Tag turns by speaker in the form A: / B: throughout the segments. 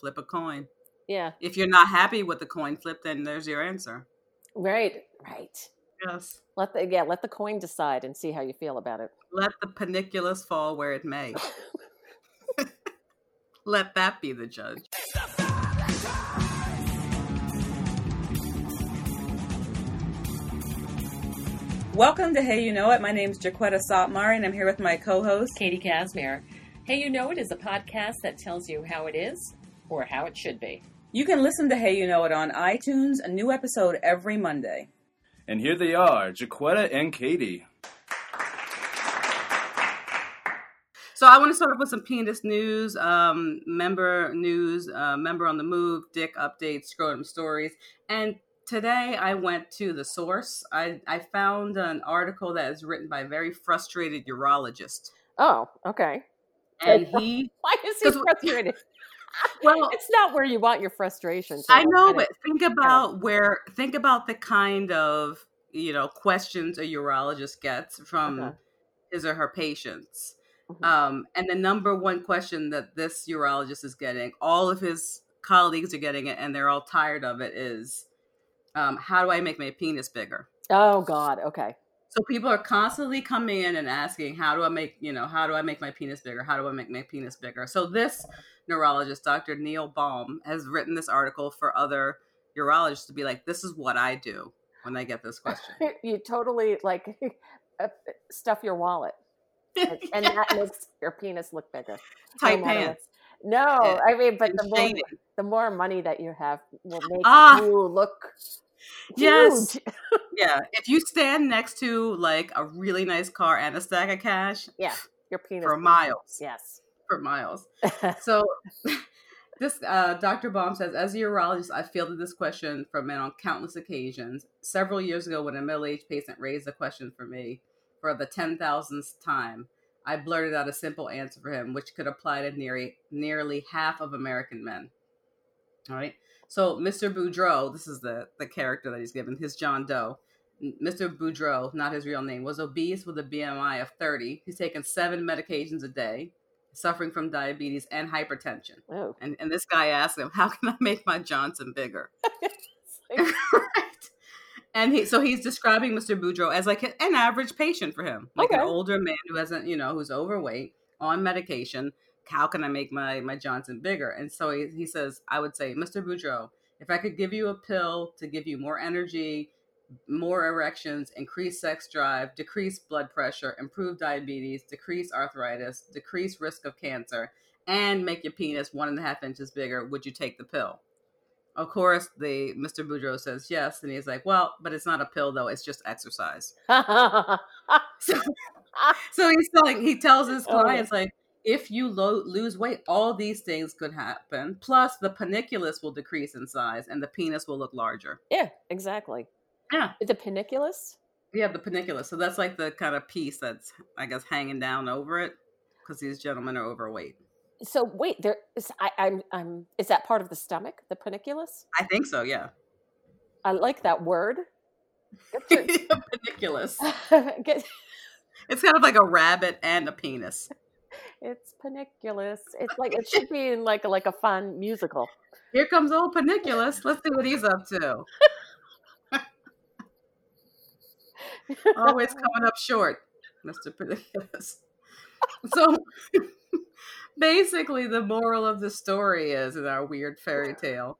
A: flip a coin.
B: Yeah.
A: If you're not happy with the coin flip, then there's your answer.
B: Right. Right.
A: Yes.
B: Let the yeah, let the coin decide and see how you feel about it.
A: Let the paniculus fall where it may. Let that be the judge. Welcome to Hey You Know It. My name's Jaquetta Sotmari, and I'm here with my co-host.
B: Katie Casimir. Hey, you know it is a podcast that tells you how it is or how it should be.
A: You can listen to Hey You Know It on iTunes. A new episode every Monday.
C: And here they are, Jaquetta and Katie.
A: So I want to start off with some penis news, um, member news, uh, member on the move, dick updates, scrotum stories. And today I went to the source. I, I found an article that is written by a very frustrated urologist.
B: Oh, okay.
A: And he,
B: Why is he
A: 'Cause we-
B: frustrated?
A: well,
B: it's not where you want your frustration. so
A: I know,
B: get
A: but
B: it.
A: think about where, think about the kind of, you know, questions a urologist gets from
B: Uh-huh.
A: his or her patients.
B: Mhm.
A: Um, and the number one question that this urologist is getting, all of his colleagues are getting it, and they're all tired of it, is um, how do I make my penis bigger?
B: oh God. Okay.
A: So people are constantly coming in and asking, how do I make, you know, how do I make my penis bigger? How do I make my penis bigger? So this neurologist, Dr. Neil Baum, has written this article for other urologists to be like, this is what I do when they get this question.
B: you totally like uh, stuff your wallet, and, and that makes your penis look bigger.
A: Tight
B: No matter what-
A: pants.
B: No,
A: and-
B: I mean, but
A: and
B: the more,
A: shading.
B: the more money that you have will make
A: Ah.
B: you look
A: Yes.
B: huge.
A: Yeah, if you stand next to like a really nice car and a stack of cash,
B: Yeah, your penis.
A: for miles,
B: Yes.
A: for miles. So, this uh, Dr. Baum says, as a urologist, I fielded this question from men on countless occasions. Several years ago, when a middle-aged patient raised the question for me for the ten thousandth time, I blurted out a simple answer for him, which could apply to nearly nearly half of American men. All right. So Mr. Boudreau, this is the the character that he's given, his John Doe. M- Mr. Boudreau, not his real name, was obese with a BMI of 30. He's taken seven medications a day, suffering from diabetes and hypertension.
B: Oh.
A: And, and this guy asked him, "How can I make my Johnson bigger?"
B: It's like,
A: Right? And he, so he's describing Mr. Boudreau as like an average patient for him, like an
B: Okay.
A: older man who hasn't, you know, who's overweight on medication. How can I make my my Johnson bigger? And so he, he says, I would say, Mr. Boudreau, if I could give you a pill to give you more energy, more erections, increase sex drive, decrease blood pressure, improve diabetes, decrease arthritis, decrease risk of cancer, and make your penis one and a half inches bigger, would you take the pill? Of course, the Mr. Boudreau says yes, and he's like, "Well, but it's not a pill though; it's just exercise." So he's telling, he tells his
B: Oh.
A: clients like, if you lo- lose weight, all these things could happen. Plus, the paniculus will decrease in size, and the penis will look larger.
B: yeah, exactly.
A: Yeah.
B: The paniculus?
A: Yeah, the paniculus. So that's like the kind of piece that's, I guess, hanging down over it because these gentlemen are overweight.
B: So wait, there is I, I'm I'm is that part of the stomach, the paniculus?
A: I think so. Yeah,
B: I like that word. Good
A: paniculus.
B: for- Good-
A: It's kind of like a rabbit and a penis.
B: it's paniculus. It's like it should be in like a, like a fun musical.
A: Here comes old paniculus. Let's see what he's up to. Always coming up short, Mr. Paniculus. So basically, the moral of the story is in our weird fairy tale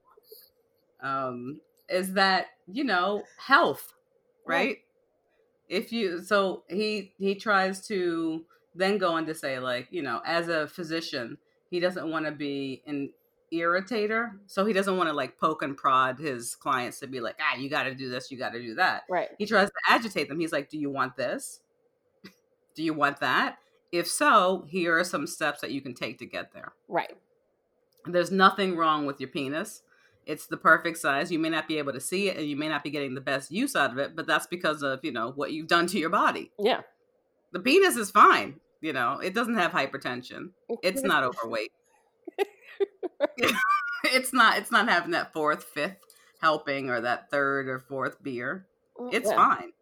A: um, is that, you know, health,
B: Yeah.
A: right? If you, so he, he tries to then go on to say, like, you know, as a physician, he doesn't want to be an irritator. So he doesn't want to like poke and prod his clients to be like, ah, you got to do this, you got to do that.
B: Right.
A: He tries to agitate them. He's like, do you want this? Do you want that? If so, here are some steps that you can take to get there.
B: Right.
A: There's nothing wrong with your penis. It's the perfect size. You may not be able to see it and you may not be getting the best use out of it, but that's because of, you know, what you've done to your body.
B: Yeah.
A: The penis is fine, you know. It doesn't have hypertension. It's
B: Mm-hmm.
A: not overweight. it's not it's not having that fourth, fifth helping or that third or fourth beer. It's
B: Yeah.
A: fine,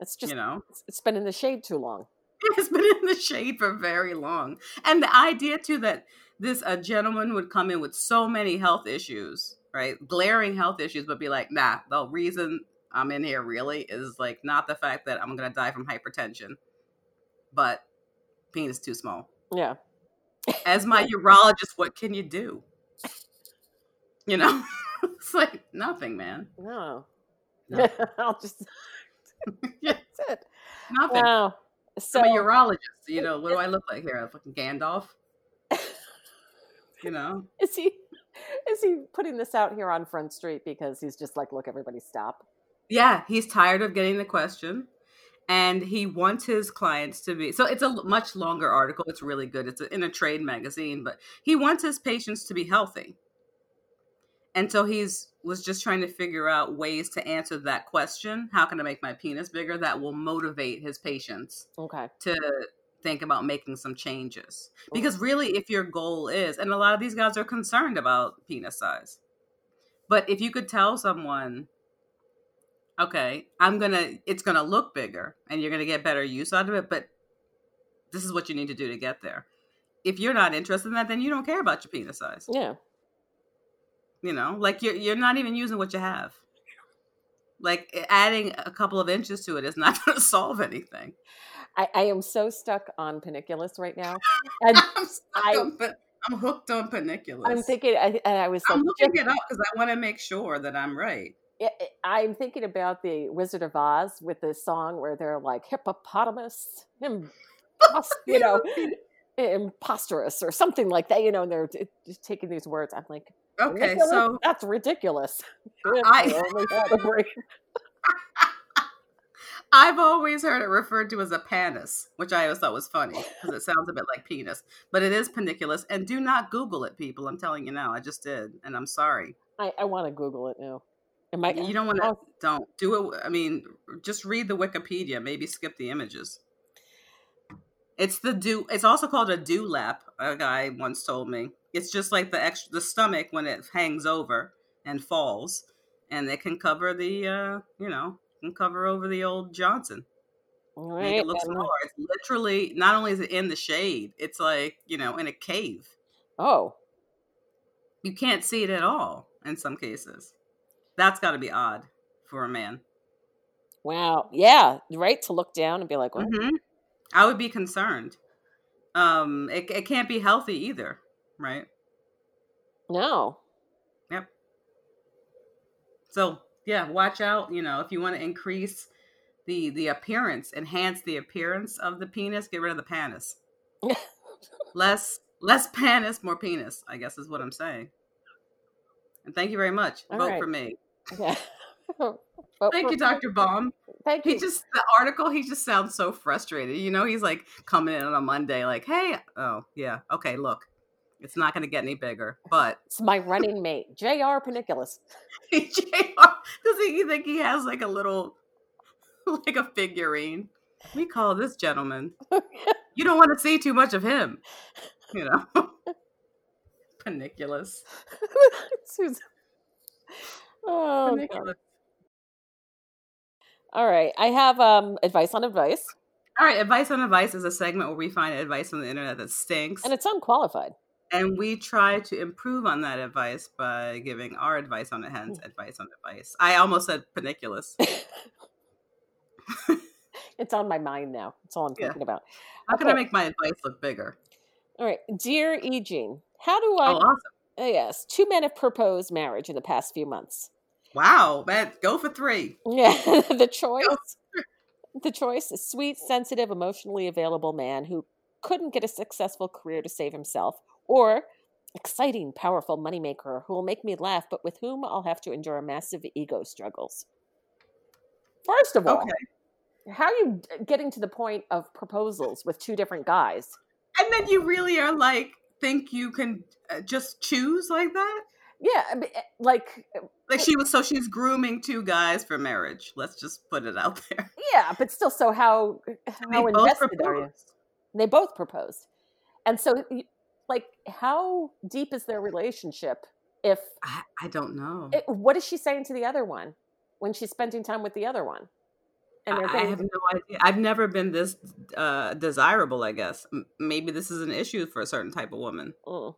B: It's just
A: you know.
B: it's- it's been in the shade too long.
A: It's been in the shade for very long. And the idea too that this a gentleman would come in with so many health issues, right? Glaring health issues, but be like, nah, the reason I'm in here really is like not the fact that I'm gonna die from hypertension, but penis too small.
B: Yeah.
A: As my urologist, what can you do? You know, it's like nothing, man.
B: No.
A: No.
B: I'll just.
A: Yeah.
B: That's it.
A: Nothing.
B: Wow. So
A: I'm a urologist. You know, what do I look like here? A fucking Gandalf? you know?
B: is he is he putting this out here on Front Street because he's just like, look, everybody, stop.
A: Yeah, he's tired of getting the question. And he wants his clients to be so it's a l- much longer article. It's really good. It's in a trade magazine, but he wants his patients to be healthy. And so he's was just trying to figure out ways to answer that question. How can I make my penis bigger? That will motivate his patients
B: Okay.
A: to think about making some changes.
B: Mm.
A: Because really, if your goal is, and a lot of these guys are concerned about penis size, but if you could tell someone, okay, I'm gonna, it's gonna look bigger and you're gonna get better use out of it, but this is what you need to do to get there. If you're not interested in that, then you don't care about your penis size.
B: Yeah.
A: You know, like you're you're not even using what you have. Like adding a couple of inches to it is not going to solve anything.
B: I, I am so stuck on paniculus right now. And
A: I'm, stuck
B: I-
A: on pa- I'm hooked on paniculus.
B: I'm thinking, I, and I was like,
A: I'm looking it up because I want to make sure that I'm right.
B: I- I- I'm thinking about the Wizard of Oz with the song where they're like hippopotamus, him, you know, imposterous or something like that. You know, and they're t- just taking these words. I'm like,
A: Okay,
B: "Ridiculous?
A: so
B: that's ridiculous.
A: I-
B: Only category.
A: I've always heard it referred to as a panis, which I always thought was funny because it sounds a bit like penis, but it is paniculus. And do not Google it, people. I'm telling you now. I just did, and I'm sorry.
B: I, I want to Google it now. Am I?
A: You don't want to.
B: Oh.
A: Don't do it. I mean, just read the Wikipedia. Maybe skip the images. It's the do. It's also called a dewlap. A guy once told me it's just like the extra the stomach when it hangs over and falls, and it can cover the uh, you know can cover over the old Johnson.
B: All
A: Make
B: right,
A: it look
B: I'm-
A: smaller. It's literally not only is it in the shade, it's like you know in a cave.
B: oh,
A: You can't see it at all in some cases. That's got to be odd for a man.
B: wow. Yeah, right. To look down and be like, what?
A: hmm I would be concerned. Um, it, it can't be healthy either, right? Mm-hmm.
B: no.
A: So yeah, watch out. You know, if you want to increase the the appearance, enhance the appearance of the penis, get rid of the panis. less less panis, more penis. I guess is what I'm saying. And thank you very much.
B: All
A: Vote
B: right.
A: for me.
B: Yeah. But-
A: Thank you, Doctor Baum.
B: Thank
A: He
B: you.
A: just the article. He just sounds so frustrated. You know, he's like coming in on a Monday, like, "Hey, oh yeah, okay, look, it's not going to get any bigger." But
B: It's my running mate, J.R. Paniculus.
A: JR, does he you think he has like a little, like a figurine? We call this gentleman. You don't want to see too much of him, you know. Paniculus.
B: Susan. Oh, God.
A: Paniculus.
B: all right. I have um, advice on advice,
A: All right, advice on advice is a segment where we find advice on the internet that stinks,
B: and it's unqualified.
A: and we try to improve on that advice by giving our advice on it. Hence,
B: Mm.
A: advice on advice. I almost said paniculus.
B: It's on my mind now. It's all I'm
A: Yeah.
B: thinking about.
A: How can I
B: Okay.
A: make my advice look bigger?
B: All right, dear Eugene, how do
A: Oh,
B: I?
A: awesome!
B: oh, yes, two men have proposed marriage in the past few months.
A: Wow, man, go for three.
B: Yeah, the choice. The choice is sweet, sensitive, emotionally available man who couldn't get a successful career to save himself, or exciting, powerful moneymaker who will make me laugh, but with whom I'll have to endure massive ego struggles. First of all,
A: Okay.
B: how are you d- getting to the point of proposals with two different guys?
A: And then you really are like, think you can uh, just choose like that?
B: Yeah, I mean, eh, like, eh,
A: Like she was, so she's grooming two guys for marriage. Let's just put it out there.
B: yeah, but still, so how how invested are you?
A: proposed.
B: They both proposed. And so, y- like, how deep is their relationship? If
A: I, I don't know.
B: it, what is she saying to the other one when she's spending time with the other one? And they're mm,
A: I, I
B: getting,
A: have no idea. I've never been this uh, desirable. I guess M- maybe this is an issue for a certain type of woman.
B: Mm.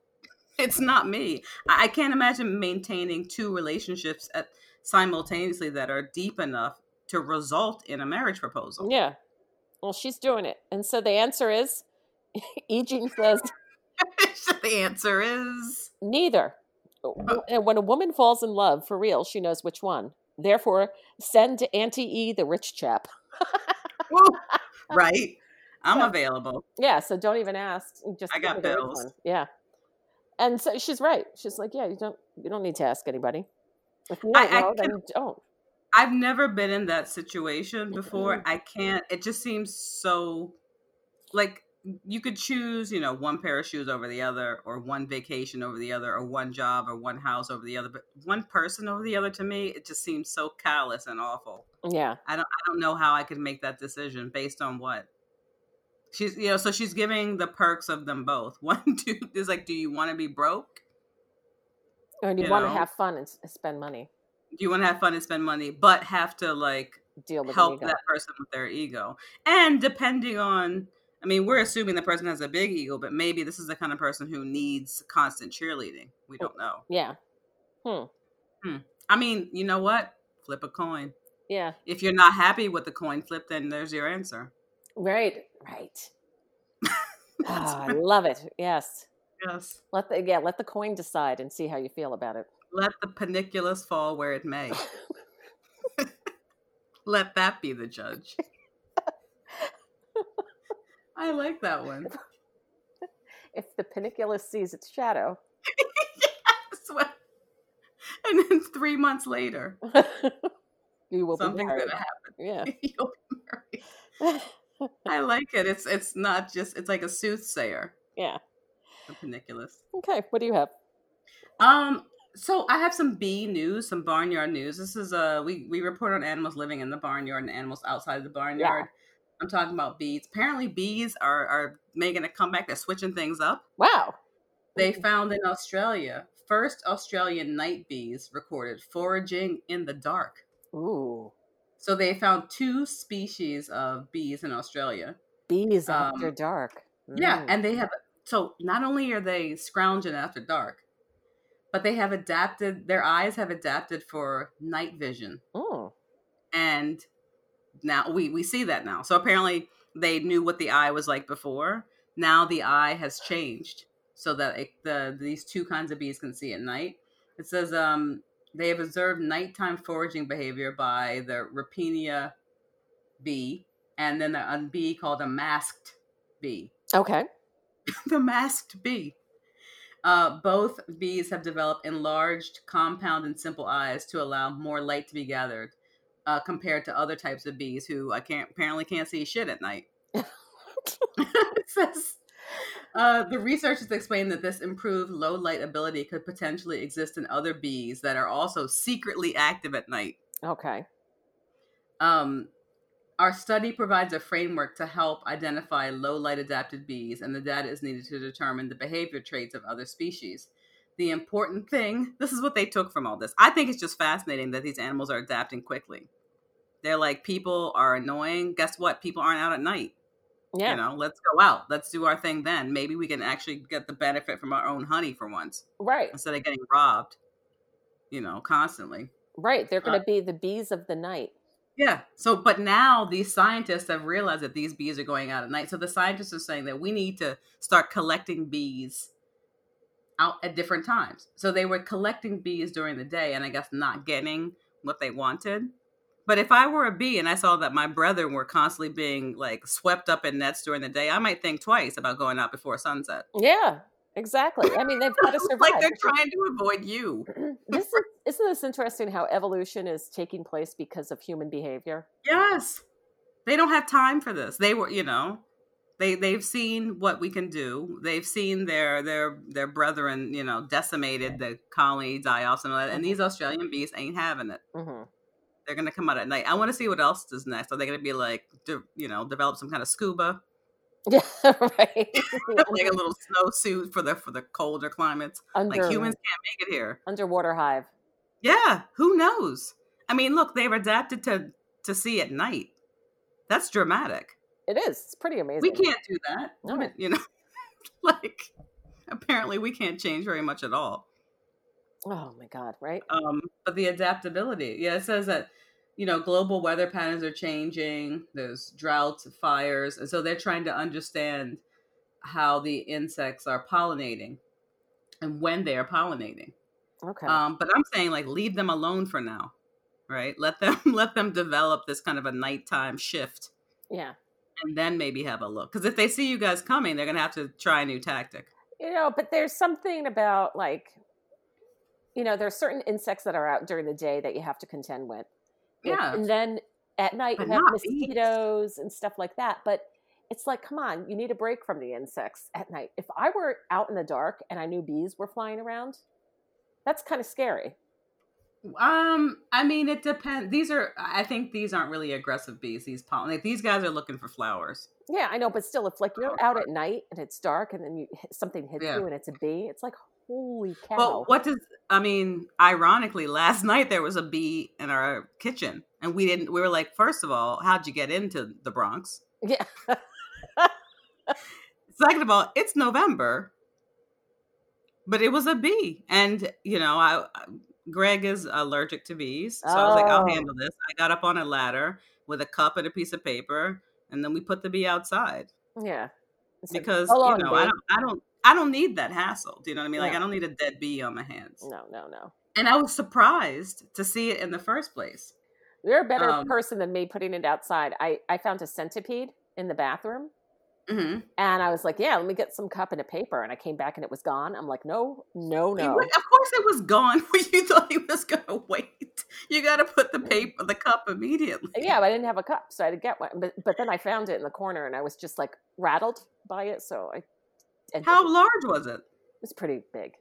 A: it's not me. I, I can't imagine maintaining two relationships at simultaneously that are deep enough to result in a marriage proposal.
B: Yeah. Well, she's doing it. And so the answer is Eugene says
A: the answer is
B: neither. And when a woman falls in love for real, she knows which one. Therefore, send to Auntie E the rich chap.
A: Woo. right. I'm available.
B: Yeah, so don't even ask. Just
A: I
B: give
A: got
B: me the rich
A: bills.
B: one. Yeah. And so she's right. She's like, yeah, you don't you don't need to ask anybody. If you
A: I-
B: don't
A: I
B: know, then
A: can-
B: you don't.
A: I've never been in that situation before. I can't. It just seems so like you could choose, you know, one pair of shoes over the other, or one vacation over the other, or one job or one house over the other. But one person over the other to me, it just seems so callous and awful.
B: Yeah.
A: I don't. I don't know how I could make that decision based on what. She's, you know, so she's giving the perks of them both. One dude is like, "Do you want to be broke?
B: Or do you,
A: you
B: want to
A: know?
B: have fun and s- spend money?
A: Do you want to have fun and spend money, but have to like
B: Deal with
A: help
B: ego.
A: that person with their ego. And depending on, I mean, we're assuming the person has a big ego, but maybe this is the kind of person who needs constant cheerleading. We don't know.
B: Yeah,
A: I mean, you know what? Flip a coin.
B: yeah,
A: If you're not happy with the coin flip, then there's your answer.
B: right, right. Ah, I love it. Yes,
A: Yes.
B: let the yeah let the coin decide and see how you feel about it.
A: Let the paniculus fall where it may. Let that be the judge. I like that one.
B: If the paniculus sees its shadow,
A: That's what- And then three months later,
B: you will be
A: something's
B: married.
A: gonna
B: Yeah,
A: happen. You'll be married. I like it. It's it's not just it's like a soothsayer,
B: yeah.
A: the paniculus.
B: Okay, what do you have?
A: Um so I have some bee news, some barnyard news. This is uh we we report on animals living in the barnyard and animals outside the barnyard. I'm talking about bees. Apparently bees are are making a comeback. They're switching things up.
B: Wow.
A: They
B: Mm-hmm.
A: found in Australia, first Australian night bees recorded foraging in the dark.
B: Ooh,
A: So they found two species of bees in Australia.
B: bees after
A: Um,
B: dark.
A: Yeah,
B: Mm.
A: and they have so not only are they scrounging after dark, but they have adapted their eyes have adapted for night vision.
B: Mm.
A: And now we we see that now. So apparently they knew what the eye was like before. Now the eye has changed so that it, the these two kinds of bees can see at night. It says um they have observed nighttime foraging behavior by the Rapinia bee and then a a bee called a masked bee
B: Okay.
A: the masked bee. Uh, both bees have developed enlarged, compound, and simple eyes to allow more light to be gathered, uh, compared to other types of bees who I can't apparently can't see shit at night. it says uh, the researchers explained that this improved low light ability could potentially exist in other bees that are also secretly active at night.
B: Okay.
A: Um, our study provides a framework to help identify low light adapted bees, and the data is needed to determine the behavior traits of other species. The important thing this is what they took from all this. I think it's just fascinating that these animals are adapting quickly. They're like, people are annoying. Guess what? People aren't out at night.
B: Yeah.
A: You know, let's go out. Let's do our thing then. Maybe we can actually get the benefit from our own honey for once
B: Right.
A: instead of getting robbed, you know, constantly.
B: Right. They're
A: Uh,
B: going to be the bees of the night.
A: Yeah. So, but now these scientists have realized that these bees are going out at night. So the scientists are saying that we need to start collecting bees out at different times. So they were collecting bees during the day and I guess not getting what they wanted. But if I were a bee and I saw that my brethren were constantly being like swept up in nets during the day, I might think twice about going out before sunset.
B: Yeah. Exactly. I mean, they've got to survive.
A: like they're
B: This is-
A: trying to avoid you.
B: this is, isn't this interesting how evolution is taking place because of human behavior
A: Yes. They don't have time for this. They were, you know, they they've seen what we can do. They've seen their their their brethren, you know, decimated the colony die-offs and all that. And these Australian bees ain't having it.
B: hmm
A: They're gonna come out at night. I want to see what else is next. Are they gonna be like, de- you know, develop some kind of scuba,
B: yeah right
A: Oh like a little snowsuit for the for the colder climates?
B: under,
A: Like humans can't make it here.
B: underwater hive
A: Yeah, who knows? I mean, look, they've adapted to to see at night. That's dramatic.
B: it is it's pretty amazing
A: we can't do that.
B: No.
A: Women- You know, like apparently we can't change very much at all.
B: Oh my God, right?
A: Um, but the adaptability, yeah, it says that you know global weather patterns are changing. There's droughts, fires, and so they're trying to understand how the insects are pollinating and when they are pollinating.
B: Okay.
A: Um, but I'm saying like leave them alone for now, right? Let them let them develop this kind of a nighttime shift,
B: yeah.
A: and then maybe have a look. Because if they see you guys coming, they're gonna have to try a new tactic.
B: You know, but there's something about like, you know, there's certain insects that are out during the day that you have to contend with.
A: Yeah.
B: And then at night
A: But
B: you have
A: not bees.
B: mosquitoes and stuff like that. But it's like, come on, you need a break from the insects at night. If I were out in the dark and I knew bees were flying around, that's kind of scary.
A: Um, I mean, it depends. These are, I think, these aren't really aggressive bees. These pollen, like, these guys are looking for flowers.
B: Yeah, I know, but still, if like you're out at night and it's dark and then you hit- something hits
A: Oh, Yeah.
B: you and it's a bee, it's like holy cow.
A: Well, what does? I mean, ironically, last night there was a bee in our kitchen, and we didn't. We were like, first of all, how'd you get into the Bronx?
B: yeah,
A: Second of all, it's November, but it was a bee, and you know, I Greg is allergic to bees, so I was like, I'll
B: Oh.
A: handle this. I got up on a ladder with a cup and a piece of paper, and then we put the bee outside.
B: yeah. It's like,
A: because
B: "Hold on,
A: you know I
B: babe."
A: don't I don't I don't need that hassle. Do you know what I mean? Like
B: Yeah.
A: I don't need a dead bee on my hands.
B: no, no, no.
A: And I was surprised to see it in the first place.
B: You're a better
A: Um,
B: person than me putting it outside. I I found a centipede in the bathroom.
A: Mhm.
B: And I was like, yeah, let me get some cup and a paper. And I came back and it was gone. I'm like, no, no,
A: It
B: no.
A: wa- Of course, it was gone when you thought he was gonna wait. You got to put the paper, the cup immediately.
B: Yeah, but I didn't have a cup, so I had to get one. But but then I found it in the corner, and I was just like rattled by it. So I, and
A: How
B: it
A: large was it?
B: was pretty big.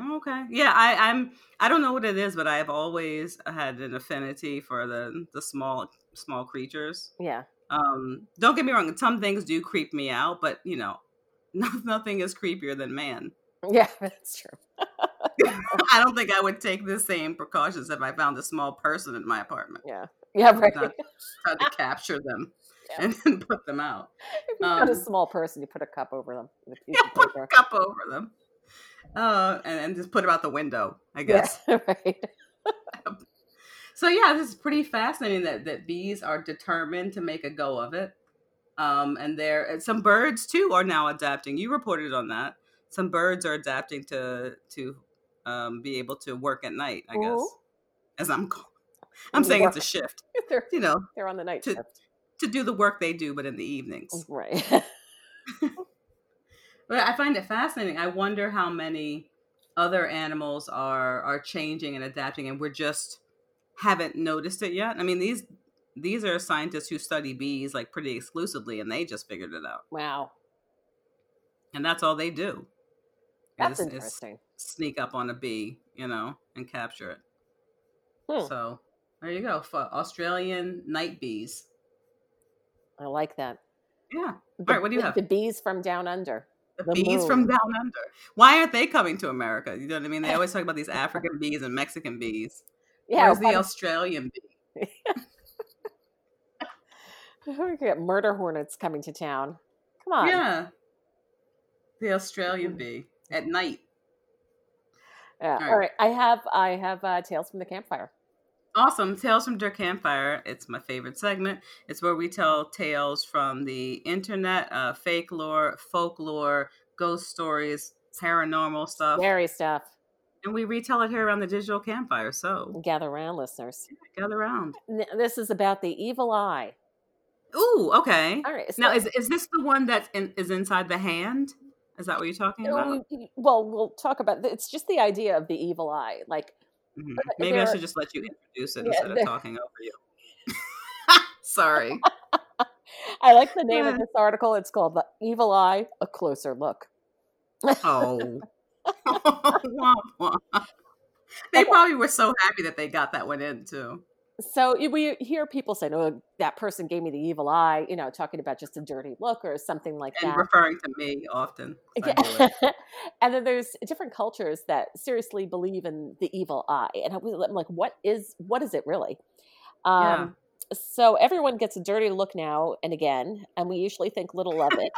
A: Okay. Yeah, I, I'm. I don't know what it is, but I've always had an affinity for the the small small creatures.
B: Yeah,
A: Um, don't get me wrong. Some things do creep me out, but you know, nothing is creepier than man.
B: yeah, that's true. Oh.
A: I don't think I would take the same precautions if I found a small person in my apartment.
B: Yeah, yeah, right.
A: Not Try to capture them
B: Ah. Yeah.
A: and then put them out.
B: if you got a
A: um,
B: small person, you put a cup over them. with a piece
A: Yeah,
B: of
A: put
B: paper.
A: a cup over them. Uh, and, and just put them out the window, I
B: Yeah,
A: guess.
B: right.
A: So yeah, this is pretty fascinating that, that bees are determined to make a go of it. Um, and there and some birds too are now adapting. You reported on that. Some birds are adapting to to um, be able to work at night, I guess.
B: Ooh.
A: As I'm ca- I'm saying it's a
B: Work.
A: shift.
B: they're
A: You know,
B: they're on the night
A: To-
B: shift,
A: to do the work they do, but in the evenings.
B: right?
A: But I find it fascinating. I wonder how many other animals are are changing and adapting, and we're just haven't noticed it yet. I mean these these are scientists who study bees like pretty exclusively, and they just figured it out,
B: wow,
A: and that's all they do.
B: that's
A: is- is
B: interesting.
A: sneak up on a bee, you know, and capture it.
B: Hmm.
A: So there you go, for Australian night bees.
B: I like that.
A: Yeah,
B: The-
A: right, what do you
B: the-
A: have?
B: The bees from down under.
A: the,
B: The
A: bees from down under. Why aren't they coming to America? You know what I mean? They always talk about these African bees and Mexican bees.
B: Yeah,
A: Where's
B: one-
A: the Australian bee?
B: We could get murder hornets coming to town. Come on.
A: Yeah. The Australian
B: Mhm.
A: bee at night.
B: Yeah,
A: right.
B: All right. I have I have uh, tales from the campfire.
A: Awesome. Tales from Dirt Campfire. It's my favorite segment. It's where we tell tales from the internet, uh, fake lore, folklore, ghost stories, paranormal stuff.
B: Scary stuff.
A: And we retell it here around the digital campfire. So
B: Gather around, listeners.
A: gather around.
B: N- This is about the evil eye.
A: Ooh, okay.
B: All right. So,
A: Now, is, is this the one that in, is inside the hand? Is that what you're talking about?
B: well, we- well, we'll talk about. th- It's just the idea of the evil eye. Like,
A: Mhm.
B: but
A: Maybe I
B: there-
A: should just let you introduce it
B: Yeah,
A: instead
B: there-
A: of talking over you. Sorry.
B: I like the name of
A: Yeah.
B: this article. It's called "The Evil Eye: A Closer Look."
A: Oh. Womp womp. They probably were so happy that they got that one in too.
B: So y- we hear people saying, "Oh, that person gave me the evil eye," you know, talking about just a dirty look or something like
A: And
B: that.
A: referring to me often. 'cause I do
B: Yeah.
A: it.
B: and then there's different cultures that seriously believe in the evil eye. And I was, I'm like, what is what is it really?
A: Yeah.
B: Um, So everyone gets a dirty look now and again, and we usually think little of it.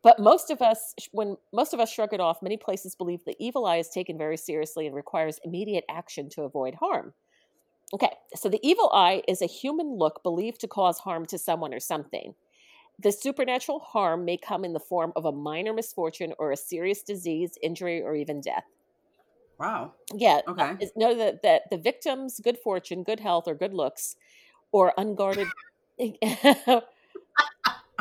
B: But most of us, when most of us shrug it off, many places believe the evil eye is taken very seriously and requires immediate action to avoid harm. Okay, so the evil eye is a human look believed to cause harm to someone or something. The supernatural harm may come in the form of a minor misfortune or a serious disease, injury, or even death.
A: Wow.
B: Yeah.
A: Okay.
B: It's- Know that, that the victim's good fortune, good health, or good looks, or unguarded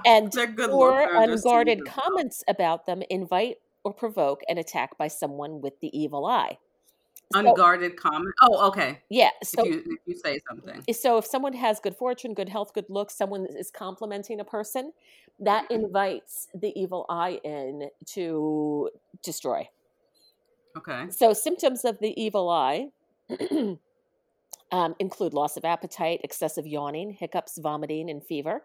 B: and
A: They're good
B: or
A: looks, they're just
B: unguarded
A: stupid.
B: comments about them invite or provoke an attack by someone with the evil eye. So-
A: Unguarded comment. Oh, okay.
B: yeah.
A: If
B: So
A: you if you say something.
B: so if someone has good fortune, good health, good looks, someone is complimenting a person, that invites the evil eye in to destroy.
A: Okay.
B: So symptoms of the evil eye um, include loss of appetite, excessive yawning, hiccups, vomiting, and fever.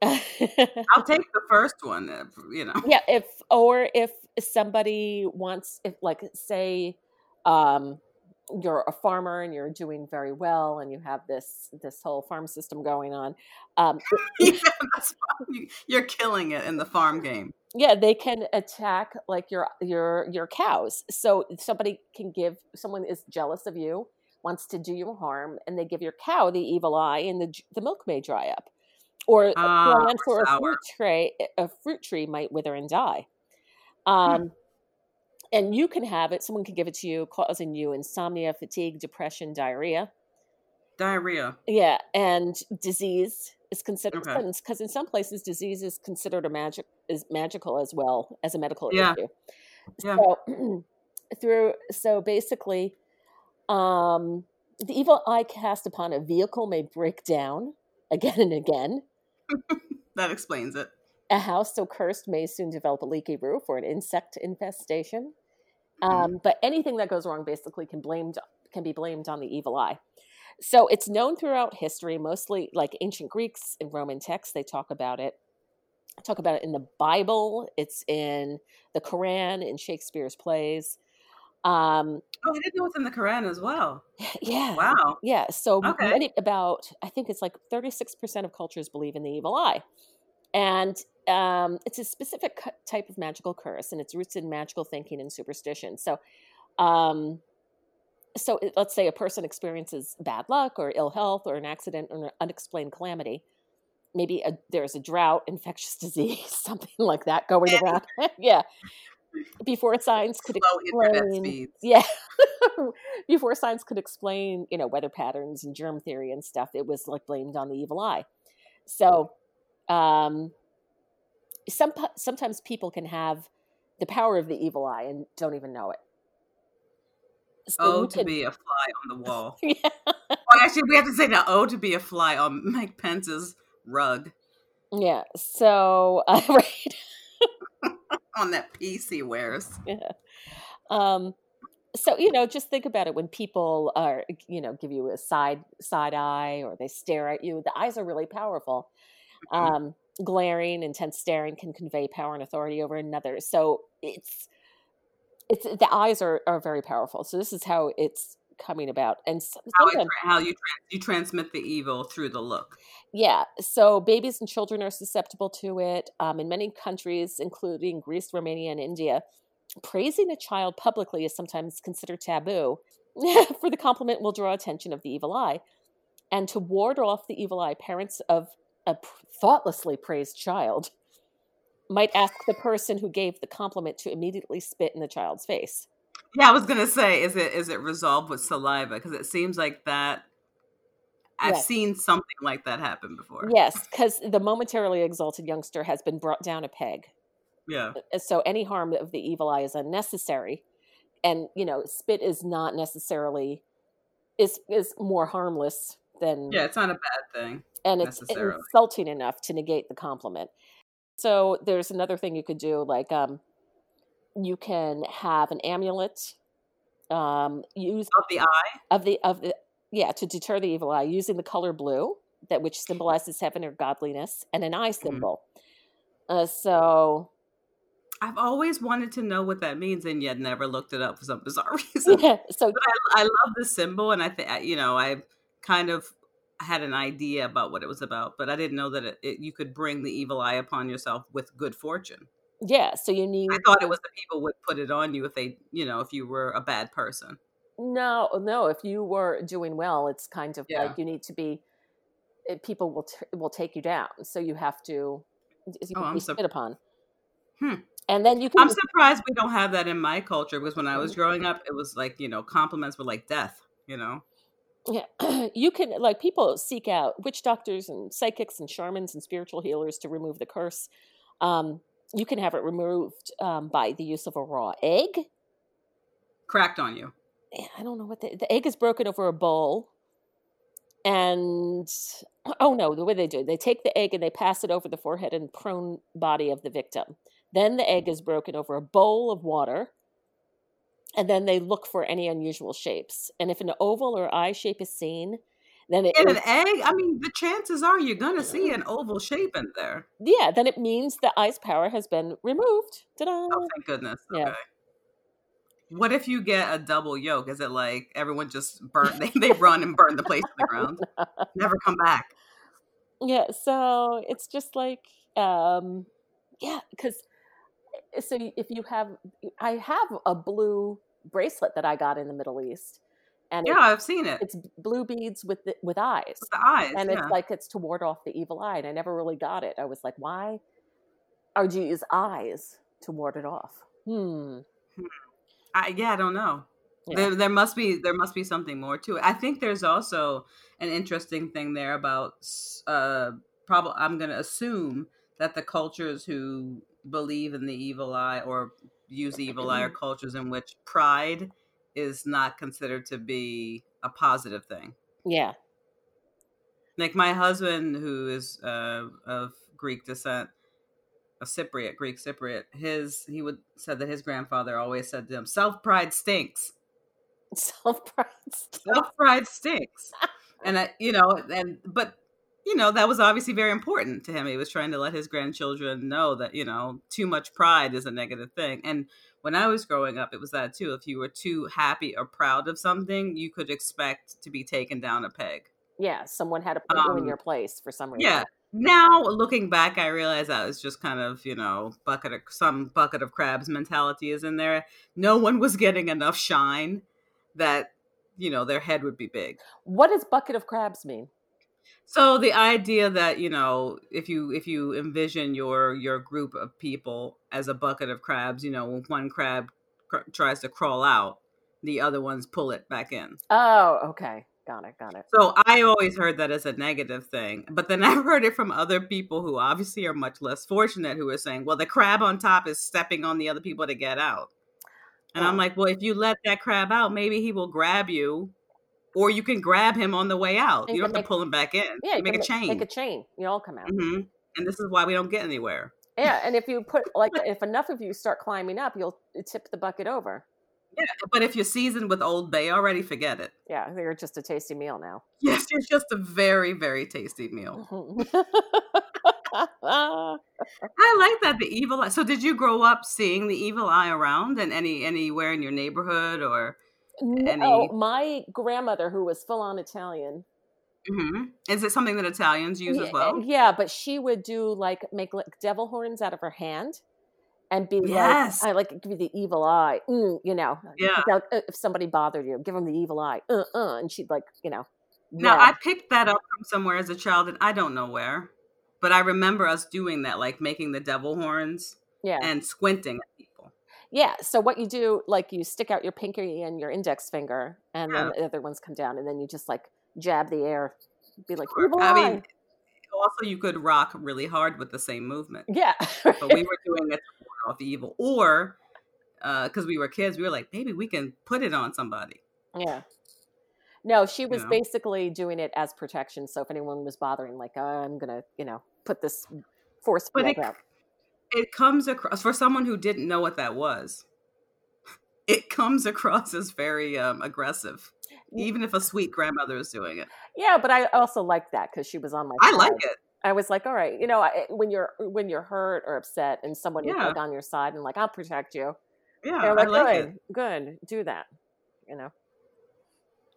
A: I'll take the first one. uh, You know.
B: yeah if or if somebody wants if like say um you're a farmer and you're doing very well and you have this this whole farm system going on um
A: yeah, that's fine. You- You're killing it in the farm game.
B: yeah they can attack like your your your cows so somebody can give someone is jealous of you wants to do you harm and they give your cow the evil eye and the j- the milk may dry up or a
A: Ah,
B: plant or a
A: sour.
B: fruit tree a fruit tree might wither and die um and you can have it someone can give it to you causing you insomnia fatigue depression diarrhea
A: Diarrhea.
B: yeah, and disease is considered
A: Okay.
B: because in some places disease is considered a magic is magical as well as a medical
A: Yeah.
B: issue.
A: Yeah.
B: So through so basically, um, the evil eye cast upon a vehicle may break down again and again.
A: That explains it.
B: A house so cursed may soon develop a leaky roof or an insect infestation. Um, but anything that goes wrong basically can blamed can be blamed on the evil eye. So it's known throughout history, mostly like ancient Greeks and Roman texts. They talk about it. Talk about it in the Bible. It's in the Quran, in Shakespeare's plays. Um,
A: Oh, I didn't know it's in the Quran as well.
B: yeah,
A: Wow.
B: yeah. So
A: Okay.
B: many, about I think it's like thirty six percent of cultures believe in the evil eye, and um, it's a specific cu- type of magical curse, and it's roots in magical thinking and superstition. So um, so it- let's say a person experiences bad luck or ill health or an accident or an unexplained calamity maybe a, there's a drought infectious disease something like that going around yeah before science could
A: Slow internet
B: explain-
A: Oh, speeds.
B: yeah before science could explain you know weather patterns and germ theory and stuff it was like blamed on the evil eye so um some sometimes people can have the power of the evil eye and don't even know it So
A: Oh,
B: you
A: to
B: can-
A: be a fly on the wall.
B: yeah.
A: Oh, actually, we have to say now. Oh, to be a fly on Mike Pence's rug
B: Yeah. So, uh, right.
A: on that piece he wears.
B: Yeah. Um, so you know, just think about it when people are, you know, give you a side side eye or they stare at you. The eyes are really powerful.
A: Mhm.
B: Um, glaring, intense staring can convey power and authority over another. So it's it's the eyes are are very powerful. So this is how it's coming about. And s-
A: How, it,
B: sometimes,
A: tra- how you trans you transmit the evil through the look.
B: Yeah, so babies and children are susceptible to it. Um, in many countries, including Greece, Romania, and India, praising a child publicly is sometimes considered taboo, for the compliment will draw attention of the evil eye. And to ward off the evil eye, parents of a p- thoughtlessly praised child might ask the person who gave the compliment to immediately spit in the child's face.
A: Yeah, I was gonna say, is it is it resolved with saliva? Because it seems like that. I've
B: Yes.
A: seen something like that happen before.
B: Yes, because the momentarily exalted youngster has been brought down a peg.
A: Yeah.
B: uh, so any harm of the evil eye is unnecessary and you know spit is not necessarily is is more harmless than
A: Yeah, it's not a bad thing.
B: and it's
A: necessarily.
B: insulting enough to negate the compliment so there's another thing you could do like um you can have an amulet um use
A: Of the eye.
B: of the of the yeah to deter the evil eye using the color blue that which symbolizes heaven or godliness and an
A: Mm-hmm.
B: eye symbol uh, so
A: I've always wanted to know what that means, and yet never looked it up for some bizarre reason.
B: yeah, so
A: I love this symbol, and I think you know I kind of I had an idea about what it was about, but I didn't know that it, it, you could bring the evil eye upon yourself with good fortune.
B: Yeah, so you need
A: I thought it was the people would put it on you if they, you know, if you were a bad person.
B: no, oh, no. If you were doing well, it's kind of
A: Yeah.
B: like you need to be. It, people will t- will take you down, so you have to. You
A: Oh,
B: can
A: I'm
B: be
A: sur-
B: spit upon,
A: Hmm.
B: and then you can.
A: I'm surprised we don't have that in my culture because when I was growing up, it was like, you know, compliments were like death, you know?
B: Yeah, you can like people seek out witch doctors and psychics and shamans and spiritual healers to remove the curse. Um, you can have it removed um, by the use of a raw egg.
A: Cracked on you.
B: Yeah, eh, I don't know what the, the egg is broken over a bowl, and oh no, the way they do it, they take the egg and they pass it over the forehead and prone body of the victim. Then the egg is broken over a bowl of water, and then they look for any unusual shapes. And if an oval or eye shape is seen, then it
A: In
B: is-
A: an egg? I mean, the chances are you're going to see an oval shape in there.
B: yeah, then it means the ice power has been removed. Ta-da!
A: Oh, thank goodness.
B: Yeah.
A: Okay. What if you get a double yolk? Is it like everyone just burn? They, they run and burn the place to the ground, never come back.
B: Yeah, so it's just like, um, yeah, because so y- if you have, I have a blue bracelet that I got in the Middle East, and it-
A: Yeah, I've seen it.
B: it's b- blue beads with the, with eyes,
A: With the eyes.
B: and
A: yeah.
B: it's like it's to ward off the evil eye. And I never really got it. I was like, why are you use eyes to ward it off? Hmm.
A: I, yeah, I don't know.
B: Yeah.
A: There, there must be there must be something more to it. I think there's also an interesting thing there about s- uh probably I'm going to assume that the cultures who believe in the evil eye or use the evil eye are cultures in which pride is not considered to be a positive thing.
B: Yeah.
A: Like my husband who is uh of Greek descent, a Cypriot, Greek Cypriot, his he would said that his grandfather always said to him, "Self-pride stinks."
B: Self pride.
A: self fried stinks. And I, you know, and but you know that was obviously very important to him. He was trying to let his grandchildren know that you know too much pride is a negative thing. And when I was growing up, it was that too. If you were too happy or proud of something, you could expect to be taken down a peg.
B: Yeah, someone had to put you in
A: Um,
B: your place for some reason.
A: Yeah. Now looking back, I realize that was just kind of you know bucket of some bucket of crabs mentality is in there. No one was getting enough shine that you know their head would be big.
B: What does bucket of crabs mean?
A: So the idea that you know, if you if you envision your your group of people as a bucket of crabs, you know, when one crab cr- tries to crawl out, the other ones pull it back in.
B: Oh, okay. Got it. Got it.
A: So I always heard that as a negative thing, but then I've heard it from other people who obviously are much less fortunate, who are saying, "Well, the crab on top is stepping on the other people to get out," and I'm
B: Oh.
A: like, "Well, if you let that crab out, maybe he will grab you." Or you can grab him on the way out.
B: You
A: You, don't
B: can
A: have to
B: make-
A: pull him back in.
B: Yeah,
A: you make
B: can
A: a chain.
B: Make a chain. You all come out.
A: hmm And this is why we don't get anywhere.
B: Yeah, and if you put like if enough of you start climbing up, you'll tip the bucket over.
A: Yeah, but if you're seasoned with Old Bay already, forget it.
B: Yeah, they're just a tasty meal now.
A: Yes, it's just a very, very tasty meal. I like that the evil eye. So, did you grow up seeing the evil eye around and any anywhere in your neighborhood or?
B: no,
A: Any-
B: my grandmother, who was full on Italian,
A: Mhm. Is it something that Italians use
B: yeah,
A: as well?
B: yeah, but she would do like make like devil horns out of her hand, and be
A: Yes.
B: like, "I like give you the evil eye," mm, you know.
A: Yeah.
B: Now, uh, if somebody bothered you, give them the evil eye. Uh, uh, and she'd like, you know.
A: Now
B: yell.
A: I picked that up from somewhere as a child, and I don't know where, but I remember us doing that, like making the devil horns
B: yeah,
A: and squinting at people.
B: yeah. So what you do, like, you stick out your pinky and your index finger, and then the other ones come down, and then you just like jab the air, be like,
A: Sure.
B: evil
A: I
B: eye.
A: mean, also you could rock really hard with the same movement.
B: yeah,
A: but we were doing it to ward off evil or because we were kids we were like maybe we can put it on somebody
B: yeah. No, she was
A: know.
B: basically doing it as protection. So if anyone was bothering, like, I'm gonna, you know, put this force
A: But
B: field
A: it-
B: out.
A: it comes across for someone who didn't know what that was it comes across as very um, aggressive
B: Y-
A: even if a sweet grandmother is doing it
B: Yeah, but I also liked that because she was on my.
A: i like
B: side.
A: it
B: I was like, all right, you know, I, when you're when you're hurt or upset, and someone is
A: Yeah.
B: like on your side and like, I'll protect you.
A: yeah
B: They're like,
A: i like
B: good,
A: it
B: good, do that. You know,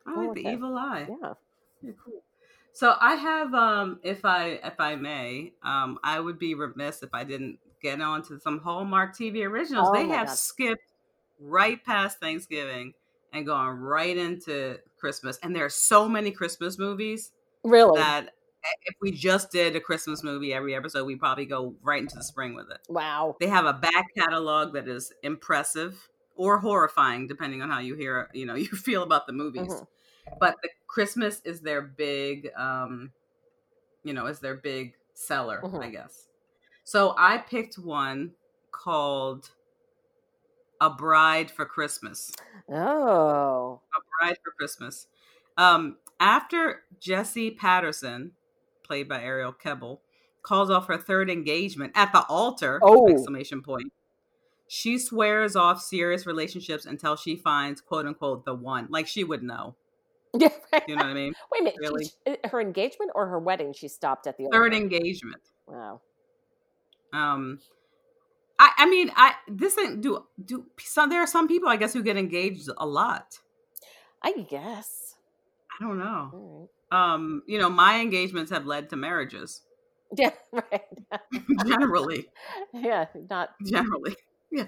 A: i
B: I
A: like
B: like
A: the
B: it.
A: evil eye
B: yeah.
A: Yeah, cool. So I have, um, if I if I may, um, I would be remiss if I didn't get on to some Hallmark TV originals.
B: Oh
A: they
B: my
A: have
B: God.
A: skipped right past Thanksgiving and gone right into Christmas. And there are so many Christmas movies
B: Really?
A: that eh, if we just did a Christmas movie every episode, we probably go right into the spring with it.
B: Wow.
A: They have a back catalog that is impressive or horrifying, depending on how you hear, you know, you feel about the movies.
B: Mhm.
A: But the Christmas is their big, um, you know, is their big seller,
B: Mhm.
A: I guess. So I picked one called "A Bride for Christmas."
B: Oh.
A: Bride for Christmas. Um, after Jesse Patterson, played by Ariel Kebble, calls off her third engagement at the altar,
B: Oh.
A: exclamation point, she swears off serious relationships until she finds quote unquote the one. Like she would know.
B: Yeah. right.
A: You know what I mean?
B: Wait a minute.
A: Really?
B: She- uh, her engagement or her wedding? She stopped at the
A: Third
B: altar?
A: engagement.
B: Wow.
A: Um I, I mean I this ain't do do some there are some people I guess who get engaged a lot.
B: I guess.
A: I don't know.
B: All
A: Um, you know, my engagements have led to marriages
B: right. Yeah. Right.
A: generally.
B: yeah. Not.
A: generally. Yeah.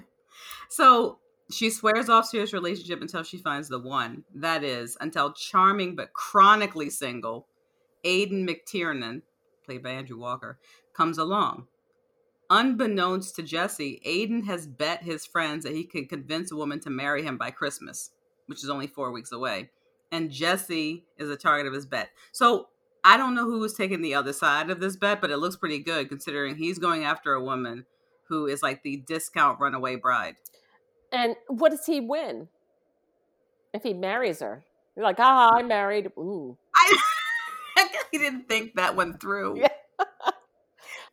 A: So she swears off serious relationship until she finds the one. That is, until charming but chronically single Aidan McTiernan, played by Andrew Walker, comes along. Unbeknownst to Jesse, Aidan has bet his friends that he can convince a woman to marry him by Christmas, which is only four weeks away. And Jesse is the target of his bet. So I don't know who is taking the other side of this bet, but it looks pretty good considering he's going after a woman who is like the discount runaway bride.
B: And what does he win if he marries her? You're like, ah, I married. Ooh.
A: I, I really didn't think that one through.
B: Yeah.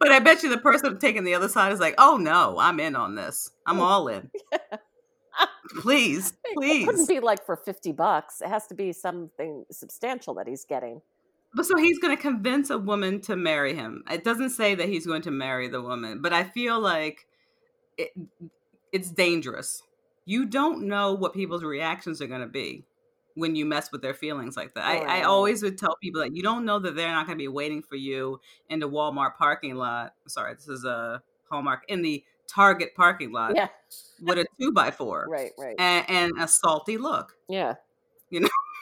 A: but I bet you the person taking the other side is like, oh no, I'm in on this. I'm all in. please,
B: It
A: please.
B: couldn't be like for 50 bucks. It has to be something substantial that he's getting.
A: But so he's going to convince a woman to marry him. It doesn't say that he's going to marry the woman, but I feel like it, it's dangerous. You don't know what people's reactions are going to be when you mess with their feelings like that. I, I
B: Right.
A: always would tell people that you don't know that they're not going to be waiting for you in the Walmart parking lot. Sorry, this is a Hallmark in the Target parking lot
B: Yeah.
A: with a two by four
B: Right. Right.
A: and, and a salty look.
B: Yeah.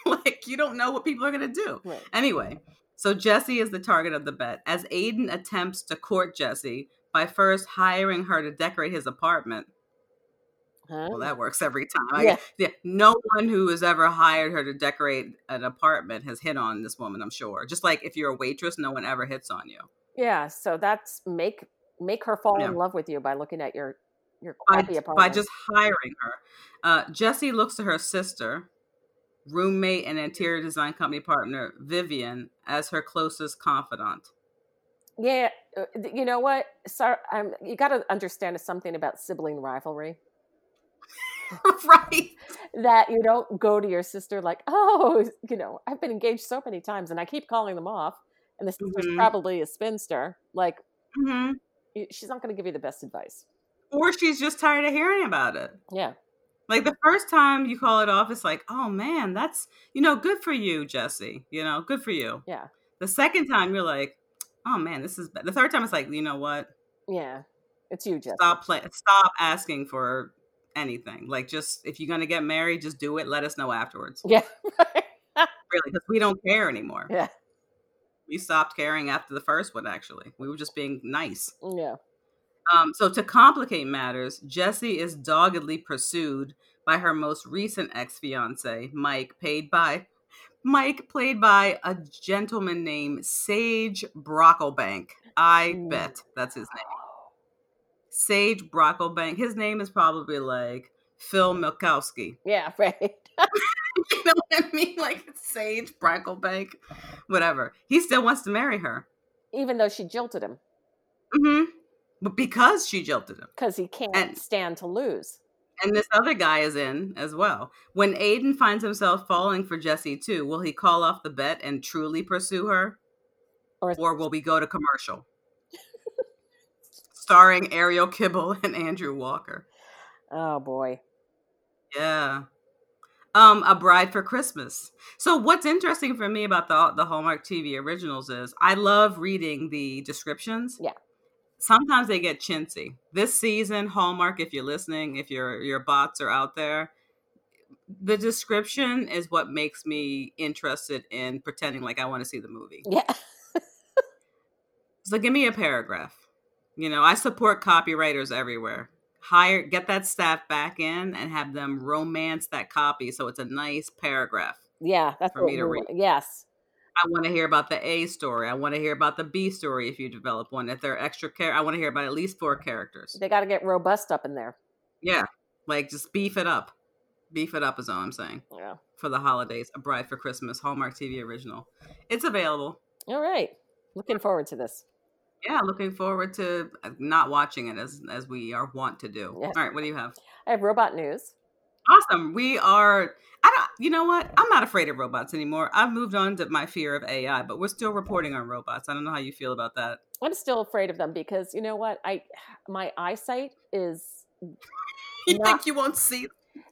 A: like you don't know what people are going to do.
B: Right.
A: Anyway, so Jesse is the target of the bet as Aiden attempts to court Jesse by first hiring her to decorate his apartment.
B: Huh?
A: Well, that works every time. I-
B: Yeah.
A: yeah, no one who has ever hired her to decorate an apartment has hit on this woman. I'm sure. Just like if you're a waitress, no one ever hits on you.
B: Yeah. So that's make make her fall in
A: Yeah.
B: love with you by looking at your your
A: by,
B: crappy
A: by
B: apartment.
A: just hiring her. Uh, Jesse looks to her sister, roommate, and interior design company partner Vivian as her closest confidant.
B: yeah. uh, th- You know what? Sorry, I'm, you got to understand something about sibling rivalry.
A: right.
B: that you don't go to your sister like, oh, you know, I've been engaged so many times and I keep calling them off, and the sister's
A: Mhm.
B: probably a spinster. Like,
A: hmm
B: y- she's not going to give you the best advice.
A: or she's just tired of hearing about it.
B: Yeah,
A: Like the first time you call it off, it's like, oh man, that's you know, good for you, Jesse. You know, good for you.
B: yeah,
A: The second time you're like, oh man, this is bad. The third time it's like, you know what?
B: yeah. It's you, Jess.
A: Stop playing. Stop asking for anything. Like just if you're gonna get married, just do it. Let us know afterwards.
B: Yeah,
A: Really, because we don't care anymore.
B: yeah,
A: We stopped caring after the first one. Actually, we were just being nice.
B: yeah.
A: Um, so to complicate matters, Jessie is doggedly pursued by her most recent ex fiance, Mike, paid by Mike, played by a gentleman named Sage Brocklebank. I
B: Mm.
A: bet that's his name. Sage Brocklebank. His name is probably like Phil Milkowski.
B: Yeah, right.
A: you know what I mean? Like Sage Brocklebank, whatever. He still wants to marry her.
B: Even though she jilted him
A: hmm But because she jilted him.
B: because he can't
A: And-
B: stand to lose.
A: And this other guy is in as well. When Aiden finds himself falling for Jesse too, will he call off the bet and truly pursue her?
B: Or-
A: Or will we go to commercial? Starring Ariel Kibble and Andrew Walker.
B: Oh boy.
A: Yeah. um, A Bride for Christmas. So what's interesting for me about the the Hallmark TV originals is I love reading the descriptions.
B: Yeah.
A: Sometimes they get chintzy. This season, Hallmark, if you're listening, if your your bots are out there, the description is what makes me interested in pretending like I want to see the movie.
B: Yeah.
A: So give me a paragraph. You know, I support copywriters everywhere. Hire, get that staff back in and have them romance that copy so it's a nice paragraph.
B: Yeah, that's
A: For
B: what
A: me to
B: we
A: read.
B: want. Yes.
A: I want to hear about the A story. I want to hear about the B story if you develop one. If they're extra care, I want to hear about at least four characters.
B: They got to get robust up in there.
A: Yeah, like just beef it up. Beef it up is all I'm saying
B: Yeah.
A: for the holidays. A Bride for Christmas, Hallmark TV original. It's available.
B: All right. Looking forward to this.
A: Yeah, looking forward to uh, not watching it as as we are wont to do.
B: Yes.
A: All right, what do you have?
B: I have robot news.
A: Awesome. We are. I don't. You know what? I'm not afraid of robots anymore. I've moved on to my fear of AI, but we're still reporting on robots. I don't know how you feel about that.
B: I'm still afraid of them because you know what? I my eyesight is
A: You
B: Not-
A: think you won't see?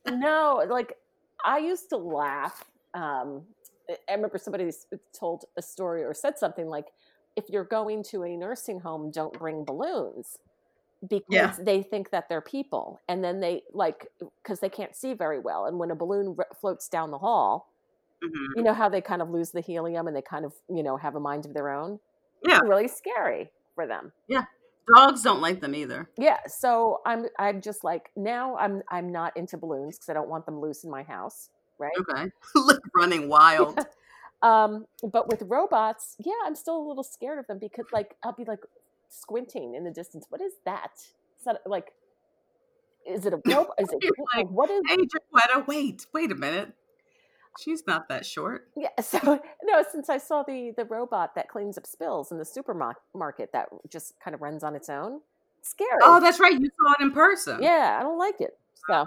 B: no like I used to laugh. Um, I- I remember somebody s- told a story or said something like, "If you're going to a nursing home, don't bring balloons." Because
A: Yeah.
B: they think that they're people, and then they like because they can't see very well. And when a balloon r- floats down the hall,
A: Mhm.
B: you know how they kind of lose the helium and they kind of you know have a mind of their own
A: Yeah.
B: really scary for them
A: Dogs don't like them either.
B: yeah so i'm i'm just like now i'm i'm not into balloons because i don't want them loose in my house right
A: Okay, Look, running wild.
B: um but with robots yeah i'm still a little scared of them because like i'll be like squinting in the distance what is that it's not like is it a robot is it
A: You're
B: like,
A: like,
B: what is
A: Hey, Jaquetta, wait, wait a minute. She's not that short.
B: Yeah, so no, since I saw the the robot that cleans up spills in the supermarket that just kind of runs on its own, scary.
A: Oh, that's right. You saw it in person.
B: yeah, I don't like it. So,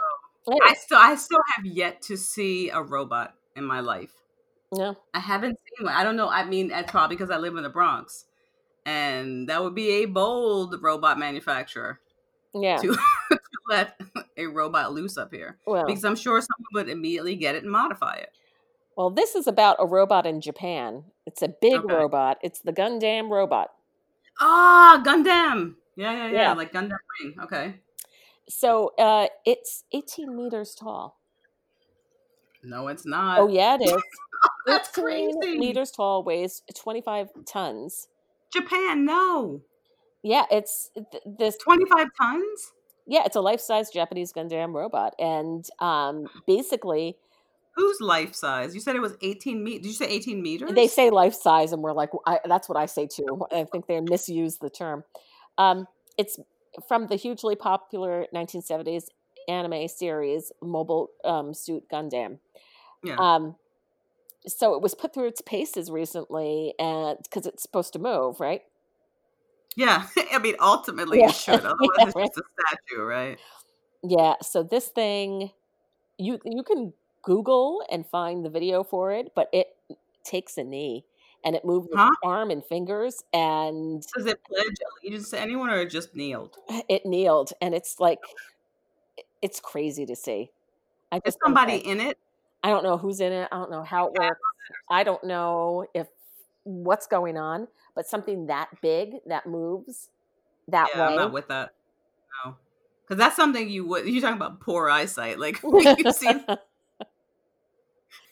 B: anyway,
A: I still, I still have yet to see a robot in my life.
B: no,
A: I haven't seen one. I don't know. I mean, that's probably because I live in the Bronx, and that would be a bold robot manufacturer
B: yeah,
A: to, to let a robot loose up here.
B: well,
A: Because I'm sure someone would immediately get it and modify it.
B: well, this is about a robot in Japan. It's a big
A: Okay.
B: robot. It's the Gundam robot.
A: Ah, Gundam. Yeah, yeah, yeah,
B: Yeah.
A: Like Gundam Wing. Okay.
B: So uh, it's 18 meters tall.
A: No, it's not.
B: Oh yeah, it is.
A: That's
B: 18
A: crazy.
B: Meters tall, weighs 25 tons.
A: Japan, no.
B: Yeah, it's th- this
A: 25 tons?
B: Yeah, it's a life-size Japanese Gundam robot, and um, basically
A: Who's life size? You said it was 18 meters. Did you say 18 meters?
B: they say life-size, and we're like, I, that's what I say too. I think they misuse the term. Um, it's from the hugely popular 1970s anime series Mobile um, Suit Gundam.
A: Yeah.
B: Um, so it was put through its paces recently, and because it's supposed to move, right?
A: Yeah. I mean, ultimately,
B: Yeah.
A: you should. Otherwise,
B: Yeah,
A: it's
B: right.
A: just a statue, right?
B: Yeah, so this thing you you can Google and find the video for it, but it takes a knee and it moves its
A: Huh?
B: arm and fingers and
A: Does it pledge allegiance to anyone or it just kneeled?
B: it kneeled and it's like it's crazy to see. I
A: Is
B: just don't
A: somebody
B: know-
A: in it?
B: I don't know who's in it, I don't know how it
A: Yeah, I
B: works. I don't know if what's going on, but something that big that moves that
A: yeah, I'm
B: way.
A: not with that. No. Because that's something you would, you're talking about poor eyesight. Like, you see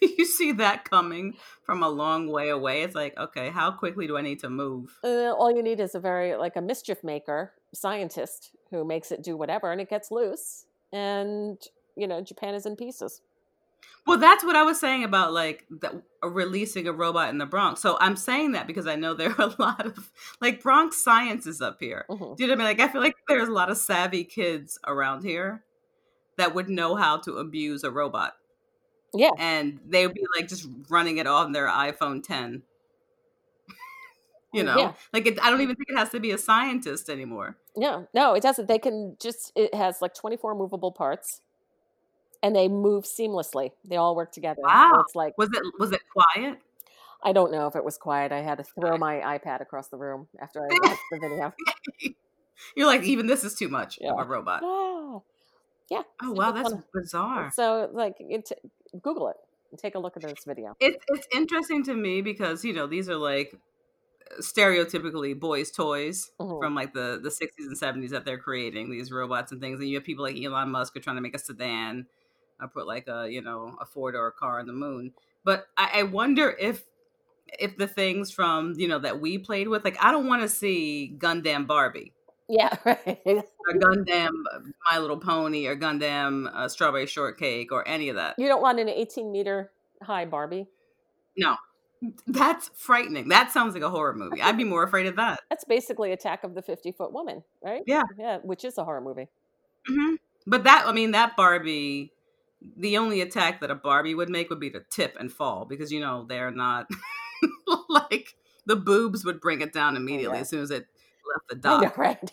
A: you see that coming from a long way away. It's like, okay, how quickly do I need to move?
B: Uh, all you need is a very like a mischief maker scientist who makes it do whatever, and it gets loose, and you know Japan is in pieces.
A: Well, that's what I was saying about like the, releasing a robot in the Bronx. So I'm saying that because I know there are a lot of like Bronx scientists up here.
B: Mhm.
A: Do you know what I mean? Like, I feel like there's a lot of savvy kids around here that would know how to abuse a robot.
B: Yeah.
A: And they would be like just running it on their iPhone 10. you know,
B: Oh, Yeah.
A: like it, I don't even think it has to be a scientist anymore.
B: No, no, it doesn't. They can just it has like twenty four movable parts, and they move seamlessly. They all work together. So
A: Wow.
B: it's like
A: Was it was it quiet?
B: I don't know if it was quiet. I had to throw my iPad across the room after I watched the video.
A: You're like, even this is too much
B: Yeah.
A: of a robot.
B: Ah. Yeah.
D: Oh
B: so
D: wow,
B: it's
D: that's
B: one-
D: bizarre.
B: So, like, you t- Google it and take a look at this video.
A: It's it's interesting to me because you know these are like stereotypically boys' toys
B: Mhm.
A: from like the the sixties and seventies that they're creating these robots and things, and you have people like Elon Musk who are trying to make a sedan, or put like a you know a four door car on the moon. But I, I wonder if if the things from you know that we played with, like I don't want to see Gundam Barbie
B: Yeah, right.
A: or Gundam uh, My Little Pony or Gundam uh, Strawberry Shortcake or any of that.
B: You don't want an 18 meter high Barbie.
A: That's frightening. That sounds like a horror movie. I'd be more afraid of that.
B: That's basically Attack of the 50 Foot Woman, right?
A: Yeah.
B: Yeah, which is a horror movie. Mm-hmm.
A: hmm But that, I mean, that Barbie, the only attack that a Barbie would make would be to tip and fall because, you know, they're not like the boobs would bring it down immediately
B: Oh, yeah. Oh,
A: as soon as it left the
B: I know,
A: dock.
B: right.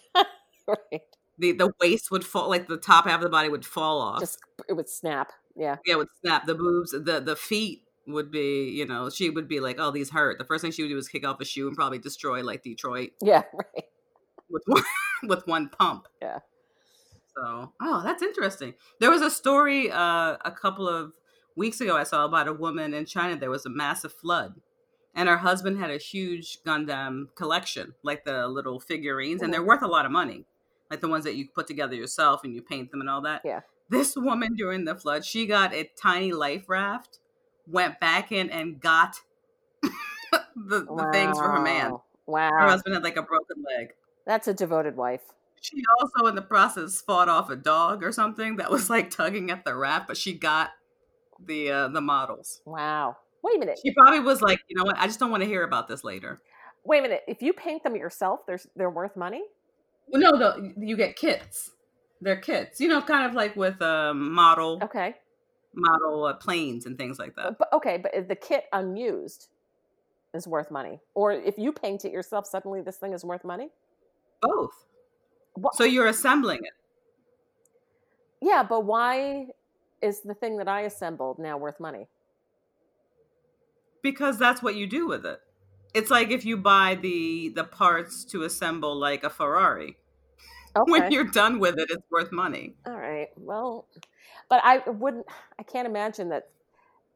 B: right.
A: The, the waist would fall, like the top half of the body would fall off.
B: Just it would snap. Yeah.
A: yeah, it would snap. The boobs, the, the feet would be, you know, she would be like, oh, these hurt. The first thing she would do is kick off a shoe and probably destroy like Detroit
B: Yeah, right.
A: with one, with one pump.
B: Yeah.
A: So, oh, that's interesting. There was a story uh, a couple of weeks ago I saw about a woman in China. There was a massive flood, and her husband had a huge Gundam collection, like the little figurines, and they're worth a lot of money, like the ones that you put together yourself and you paint them and all that.
B: Yeah.
A: This woman during the flood, she got a tiny life raft, went back in and got the, the things for her man.
B: Wow.
A: Her
B: Wow.
A: husband had like a broken leg.
B: That's a devoted wife.
A: She also, in the process, fought off a dog or something that was like tugging at the raft, but she got the uh, the models.
B: Wow. Wait a minute.
A: She probably was like, you know what? I just don't want to hear about this later.
B: Wait a minute. If you paint them yourself, they're they're worth money.
A: Well, no, the, you get kits. They're kits, you know, kind of like with um, model
B: Okay.
A: model uh, planes and things like that.
B: But, okay, but if the kit unused is worth money, or if you paint it yourself, suddenly this thing is worth money.
A: Both.
B: Wha-
A: So you're assembling it.
B: yeah, but why is the thing that I assembled now worth money?
A: because that's what you do with it. It's like if you buy the the parts to assemble like a Ferrari.
B: Okay.
A: When you're done with it, it's worth money.
B: All right. Well, but I wouldn't. I can't imagine that.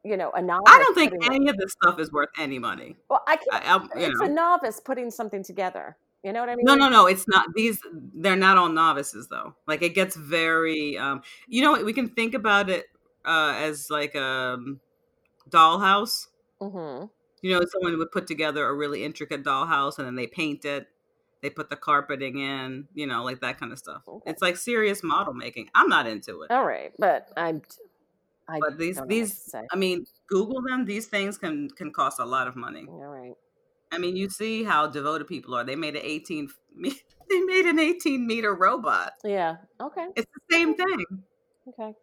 B: You know, a novice.
A: I don't think
B: putting-
A: any of this stuff is worth any money.
B: Well, I can't.
A: I, I, you
B: it's
A: know.
B: a novice putting something together. You know what I mean?
A: No, no, no. It's not these. They're not all novices though. Like it gets very. Um, you know, what, we can think about it uh, as like a um, dollhouse.
B: Mm-hmm.
A: You know, someone would put together a really intricate dollhouse, and then they paint it. They put the carpeting in. You know, like that kind of stuff.
B: Okay.
A: It's like serious model making. I'm not into it.
B: All right, but I'm. I
A: But these-
B: don't know what to
A: these-
B: say.
A: I mean, Google them. These things can can cost a lot of money.
B: All right.
A: I mean, you see how devoted people are. They made an 18 they made an 18 meter robot.
B: Yeah. Okay.
A: It's the same thing.
B: Okay.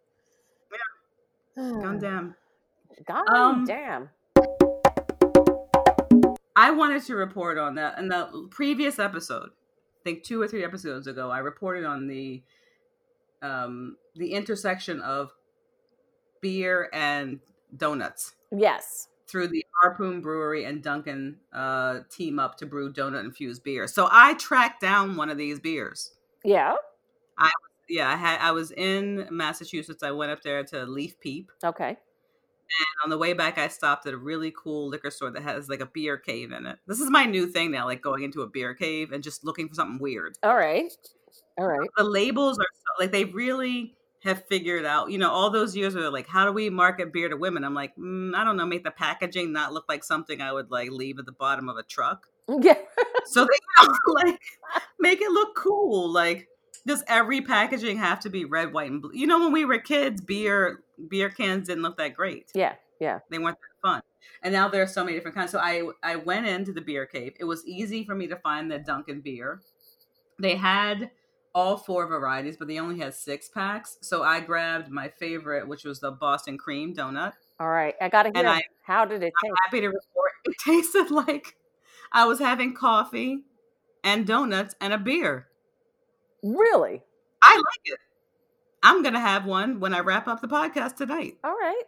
A: Gone down.
B: God
A: Um,
B: damn.
A: I wanted to report on that in the previous episode. I think two or three episodes ago, I reported on the um the intersection of beer and donuts
B: Yes.
A: through the Harpoon Brewery and Duncan uh, team up to brew donut infused beer. So I tracked down one of these beers.
B: Yeah.
A: Yeah, I had I was in Massachusetts. I went up there to Leaf Peep.
B: Okay.
A: on the way back i stopped at a really cool liquor store that has like a beer cave in it this is my new thing now like going into a beer cave and just looking for something weird
B: All right. All right.
A: the labels are so, like they really have figured out you know all those years where they're like how do we market beer to women i'm like mm, i don't know make the packaging not look like something i would like leave at the bottom of a truck
B: Yeah.
A: so they like make it look cool like does every packaging have to be red white and blue you know when we were kids beer beer cans didn't look that great
B: Yeah. Yeah.
A: they weren't that fun. And now there are so many different kinds. So I I went into the beer cave. It was easy for me to find the Dunkin' beer. They had all four varieties, but they only had six packs. So I grabbed my favorite, which was the Boston cream donut.
B: All right. I gotta hear.
A: And I-
B: how did it taste?
A: Happy to report it tasted like I was having coffee and donuts and a beer.
B: Really?
A: I like it. I'm gonna have one when I wrap up the podcast tonight.
B: All right.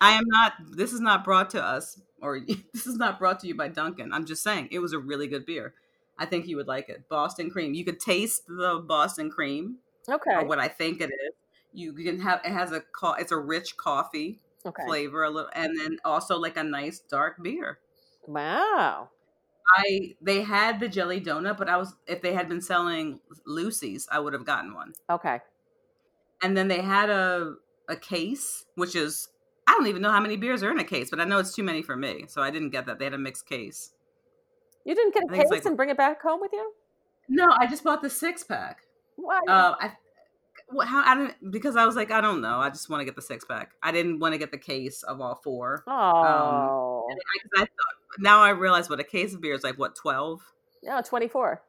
A: I am not. This is not brought to us, or this is not brought to you by Duncan. I'm just saying it was a really good beer. I think you would like it. Boston cream. You could taste the Boston cream,
B: Okay.
A: or what I think it is. you can have it has a co- it's a rich coffee
B: Okay.
A: flavor a little and then also like a nice dark beer.
B: Wow.
A: I they had the jelly donut, but I was if they had been selling Lucy's, I would have gotten one.
B: Okay.
A: And then they had a a case, which is I don't even know how many beers are in a case, but I know it's too many for me, so I didn't get that. They had a mixed case.
B: You didn't
A: I
B: get a
A: think
B: case
A: it's like-
B: and bring it back home with you?
A: No, I just bought the six pack.
B: What?
A: Uh, I well, how I don't because I was like I don't know. I just want to get the six pack. I didn't want to get the case of all four.
B: oh.
A: I, I thought, now I realize what a case of beer is like. What twelve?
B: no, 24.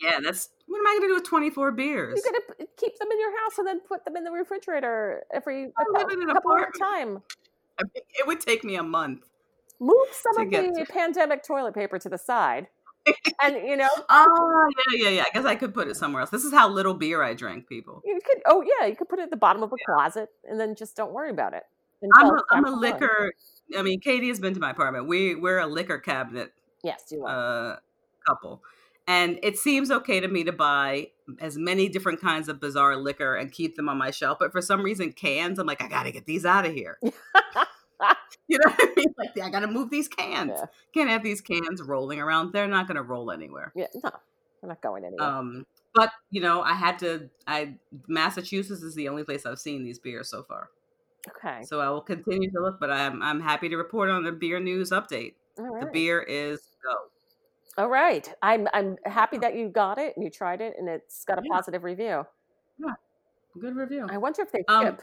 A: Yeah, that's what am I going to do with twenty four beers?
B: You're going to keep them in your house and then put them in the refrigerator every a
A: I live
B: cou-
A: in an
B: couple at a
A: apartment.
B: time.
A: I mean, it would take me a month.
B: Move some
A: To
B: of
A: get
B: the pandemic toilet paper to the side. and, you know,
A: Oh yeah, yeah, yeah. I guess I could put it somewhere else. This is how little beer I drink, people.
B: you could, oh, yeah, you could put it at the bottom of a closet and then just don't worry about it.
A: I'm
B: until
A: a,
B: it's
A: I'm
B: time
A: a
B: for lunch.
A: liquor. I mean, Katie has been to my apartment. We we're a liquor cabinet
B: Yes, you are.
A: uh, couple, and it seems okay to me to buy as many different kinds of bizarre liquor and keep them on my shelf. But for some reason, cans. I'm like, I gotta get these out of here. you know what I mean? Like, I gotta move these cans.
B: Yeah.
A: Can't have these cans rolling around. They're not gonna roll anywhere.
B: yeah, no, we're not going anywhere.
A: Um, but you know, I had to. I Massachusetts is the only place I've seen these beers so far.
B: okay.
A: So I will continue to look, but I'm I'm happy to report on the beer news update.
B: All
A: The
B: right.
A: beer is go.
B: All right. I'm I'm happy that you got it and you tried it and it's got a
A: Yeah.
B: positive review.
A: Good review.
B: I wonder if they
A: Um,
B: tip.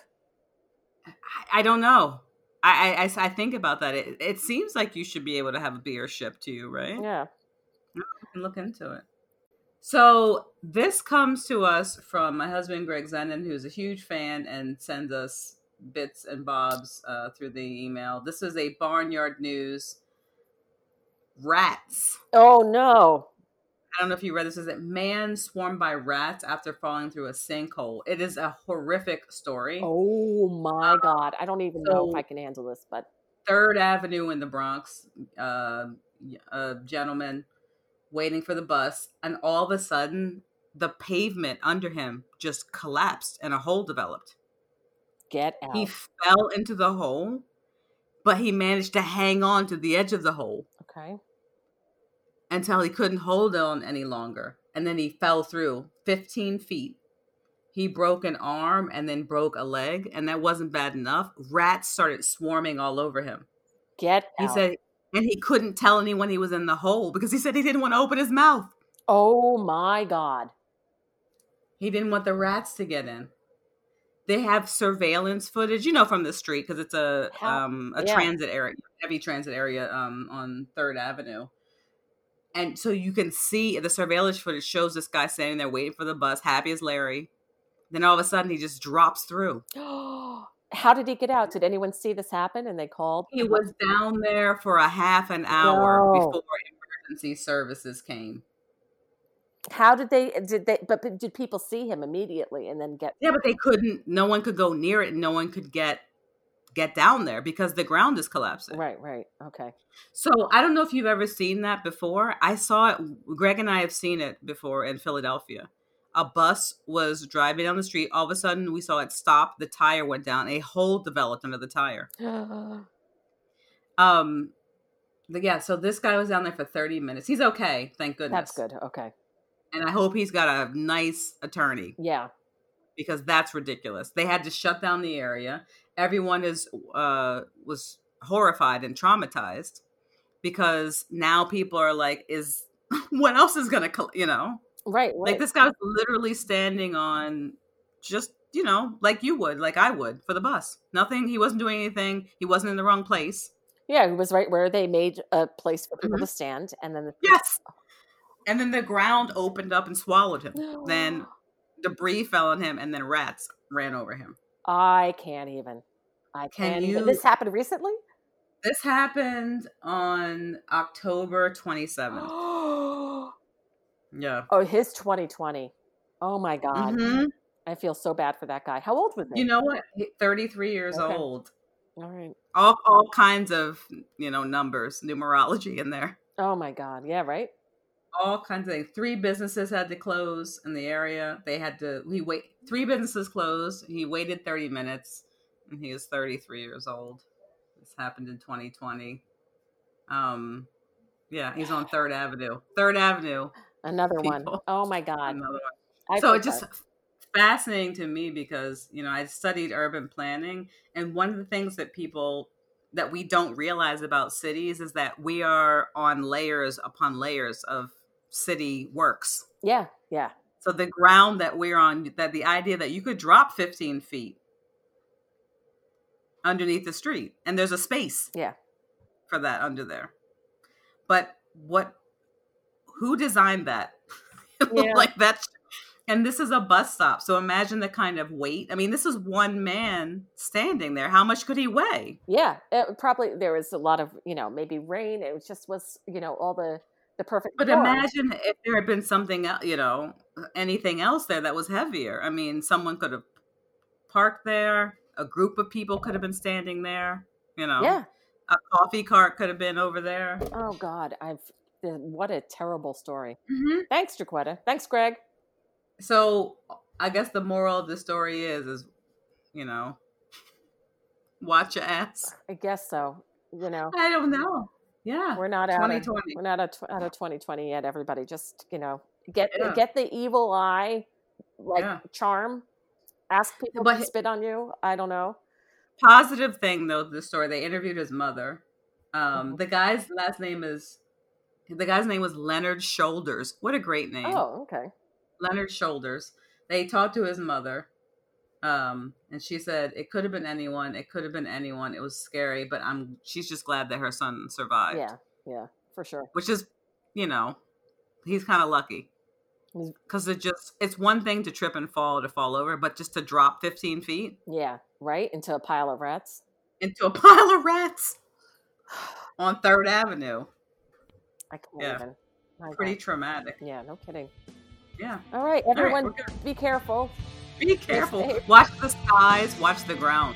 A: I, I don't know. I, I- I s- I think about that. It, it seems like you should be able to have a beer shipped to you, right?
B: yeah.
A: I can look into it. So this comes to us from my husband Greg Zenon, who's a huge fan and sends us bits and bobs uh, through the email. This is a Barnyard News rats.
B: Oh no.
A: I don't know if you read this. Is it man swarmed by rats after falling through a sinkhole? It is a horrific story.
B: Oh my god. I don't even know if I
A: Eh? so-
B: can handle this, but
A: Third Avenue in the Bronx, uh, y- a gentleman waiting for the bus, and all of a sudden, the pavement under him just collapsed and a hole developed.
B: get out.
A: He fell into the hole, but he managed to hang on to the edge of the hole
B: okay.
A: until he couldn't hold on any longer. And then he fell through 15 feet. He broke an arm and then broke a leg, and that wasn't bad enough. Rats started swarming all over him.
B: Get
A: He
B: out.
A: said, and he couldn't tell anyone he was in the hole because he said he didn't want to open his mouth.
B: Oh my god.
A: He didn't want the rats to get in. They have surveillance footage, you know, from the street because it's a
B: How-
A: um, a
B: yeah.
A: transit area, heavy transit area um, on Third Avenue, and so you can see the surveillance footage shows this guy standing there waiting for the bus, happy as Larry. Then all of a sudden, he just drops through.
B: How did he get out? Did anyone see this happen and they called?
A: He was down there for a half an hour
B: No.
A: before emergency services came.
B: How did they did they but but did people see him immediately and then get
A: Yeah, but they couldn't. No one could go near it, and no one could get get down there because the ground is collapsing.
B: Right, right. Okay.
A: So I don't know if you've ever seen that before. I saw it. Greg and I have seen it before in Philadelphia. A bus was driving down the street. All of a sudden, we saw it stop. The tire went down. A hole developed under the tire. Um, but yeah. So this guy was down there for thirty minutes. He's okay, thank goodness.
B: That's good. Okay.
A: And I hope he's got a nice attorney
B: Yeah.
A: because that's ridiculous. They had to shut down the area. Everyone is uh, was horrified and traumatized because now people are like, "Is what else is gonna, col- you know,
B: Right,
A: like
B: right.
A: this guy was literally standing on just you know, like you would, like I would for the bus. Nothing. He wasn't doing anything. He wasn't in the wrong place.
B: Yeah, it was right where they made a place for
A: Mm-hmm.
B: people to stand, and then the,
A: Yes. And then the ground opened up and swallowed him. Then
B: "Oh,
A: debris fell on him, and then rats ran over him.
B: I can't even. I
A: Can
B: can't. even.
A: you-
B: This happened recently.
A: This happened on October 27th.
B: oh,
A: Yeah.
B: his 2020. Oh my god,
A: Mhm.
B: I feel so bad for that guy. How old was he?
A: You know what? He- 33 years
B: Okay.
A: old.
B: All right.
A: All, all kinds of, you know, numbers, numerology in there.
B: Oh my god. Yeah. Right.
A: all kinds of things. Three businesses had to close in the area. They had to. He wait. Three businesses closed. He waited thirty minutes, and he was thirty three years old. This happened in twenty twenty. Um, yeah, he's on Third Avenue. Third Avenue.
B: Another one.
A: People.
B: Oh my God.
A: Another one.
B: I
A: so
B: felt
A: it just
B: that.
A: fascinating to me because you know I studied urban planning, and one of the things that people that we don't realize about cities is that we are on layers upon layers of city works.
B: Yeah, yeah.
A: So the ground that we're on, that the idea that you could drop 15 feet underneath the street, and there's a space,
B: Yeah.
A: for that under there. But what? Who designed that?
B: Yeah.
A: like that's, and this is a bus stop. So imagine the kind of weight. I mean, this is one man standing there. How much could he weigh?
B: Yeah, it probably there was a lot of you know maybe rain. It was just was you know all the the perfect.
A: But
B: storm.
A: imagine if there had been something else, you know, anything else there that was heavier. I mean, someone could have parked there. A group of people could have been standing there. You know,
B: yeah.
A: a coffee cart could have been over there.
B: Oh God, I've the- what a terrible story.
A: Mm-hmm.
B: Thanks, Jaquetta. Thanks, Greg.
A: So I guess the moral of the story is, is you know, watch your ass.
B: I guess so. You know,
A: I don't know. Yeah,
B: we're not out. Of,
A: 2020.
B: we're not out, tw- out of twenty twenty yet. Everybody, just you know, get
A: Yeah.
B: get the evil eye like
A: Yeah.
B: charm. Ask people
A: But
B: to
A: he-
B: spit on you. I don't know.
A: Positive thing though, the story they interviewed his mother. Um,
B: Mhm.
A: the guy's last name is the guy's name was Leonard Shoulders. What a great name.
B: Oh, okay.
A: Leonard Shoulders. They talked to his mother, um, and she said it could have been anyone. It could have been anyone. It was scary, but I'm. She's just glad that her son survived,
B: Yeah, yeah, for sure.
A: which is, you know, he's kind of lucky
B: He's-
A: because it just it's one thing to trip and fall to fall over, but just to drop 15 feet
B: Yeah, right into a pile of rats.
A: into a pile of rats on Third Avenue,
B: I can't
A: Yeah.
B: even. My God.
A: pretty traumatic.
B: Yeah, no kidding.
A: Yeah,
B: All right,
A: All right,
B: everyone,
A: we're good.
B: be careful.
A: be careful.
B: safe.
A: Watch the skies. Watch the ground.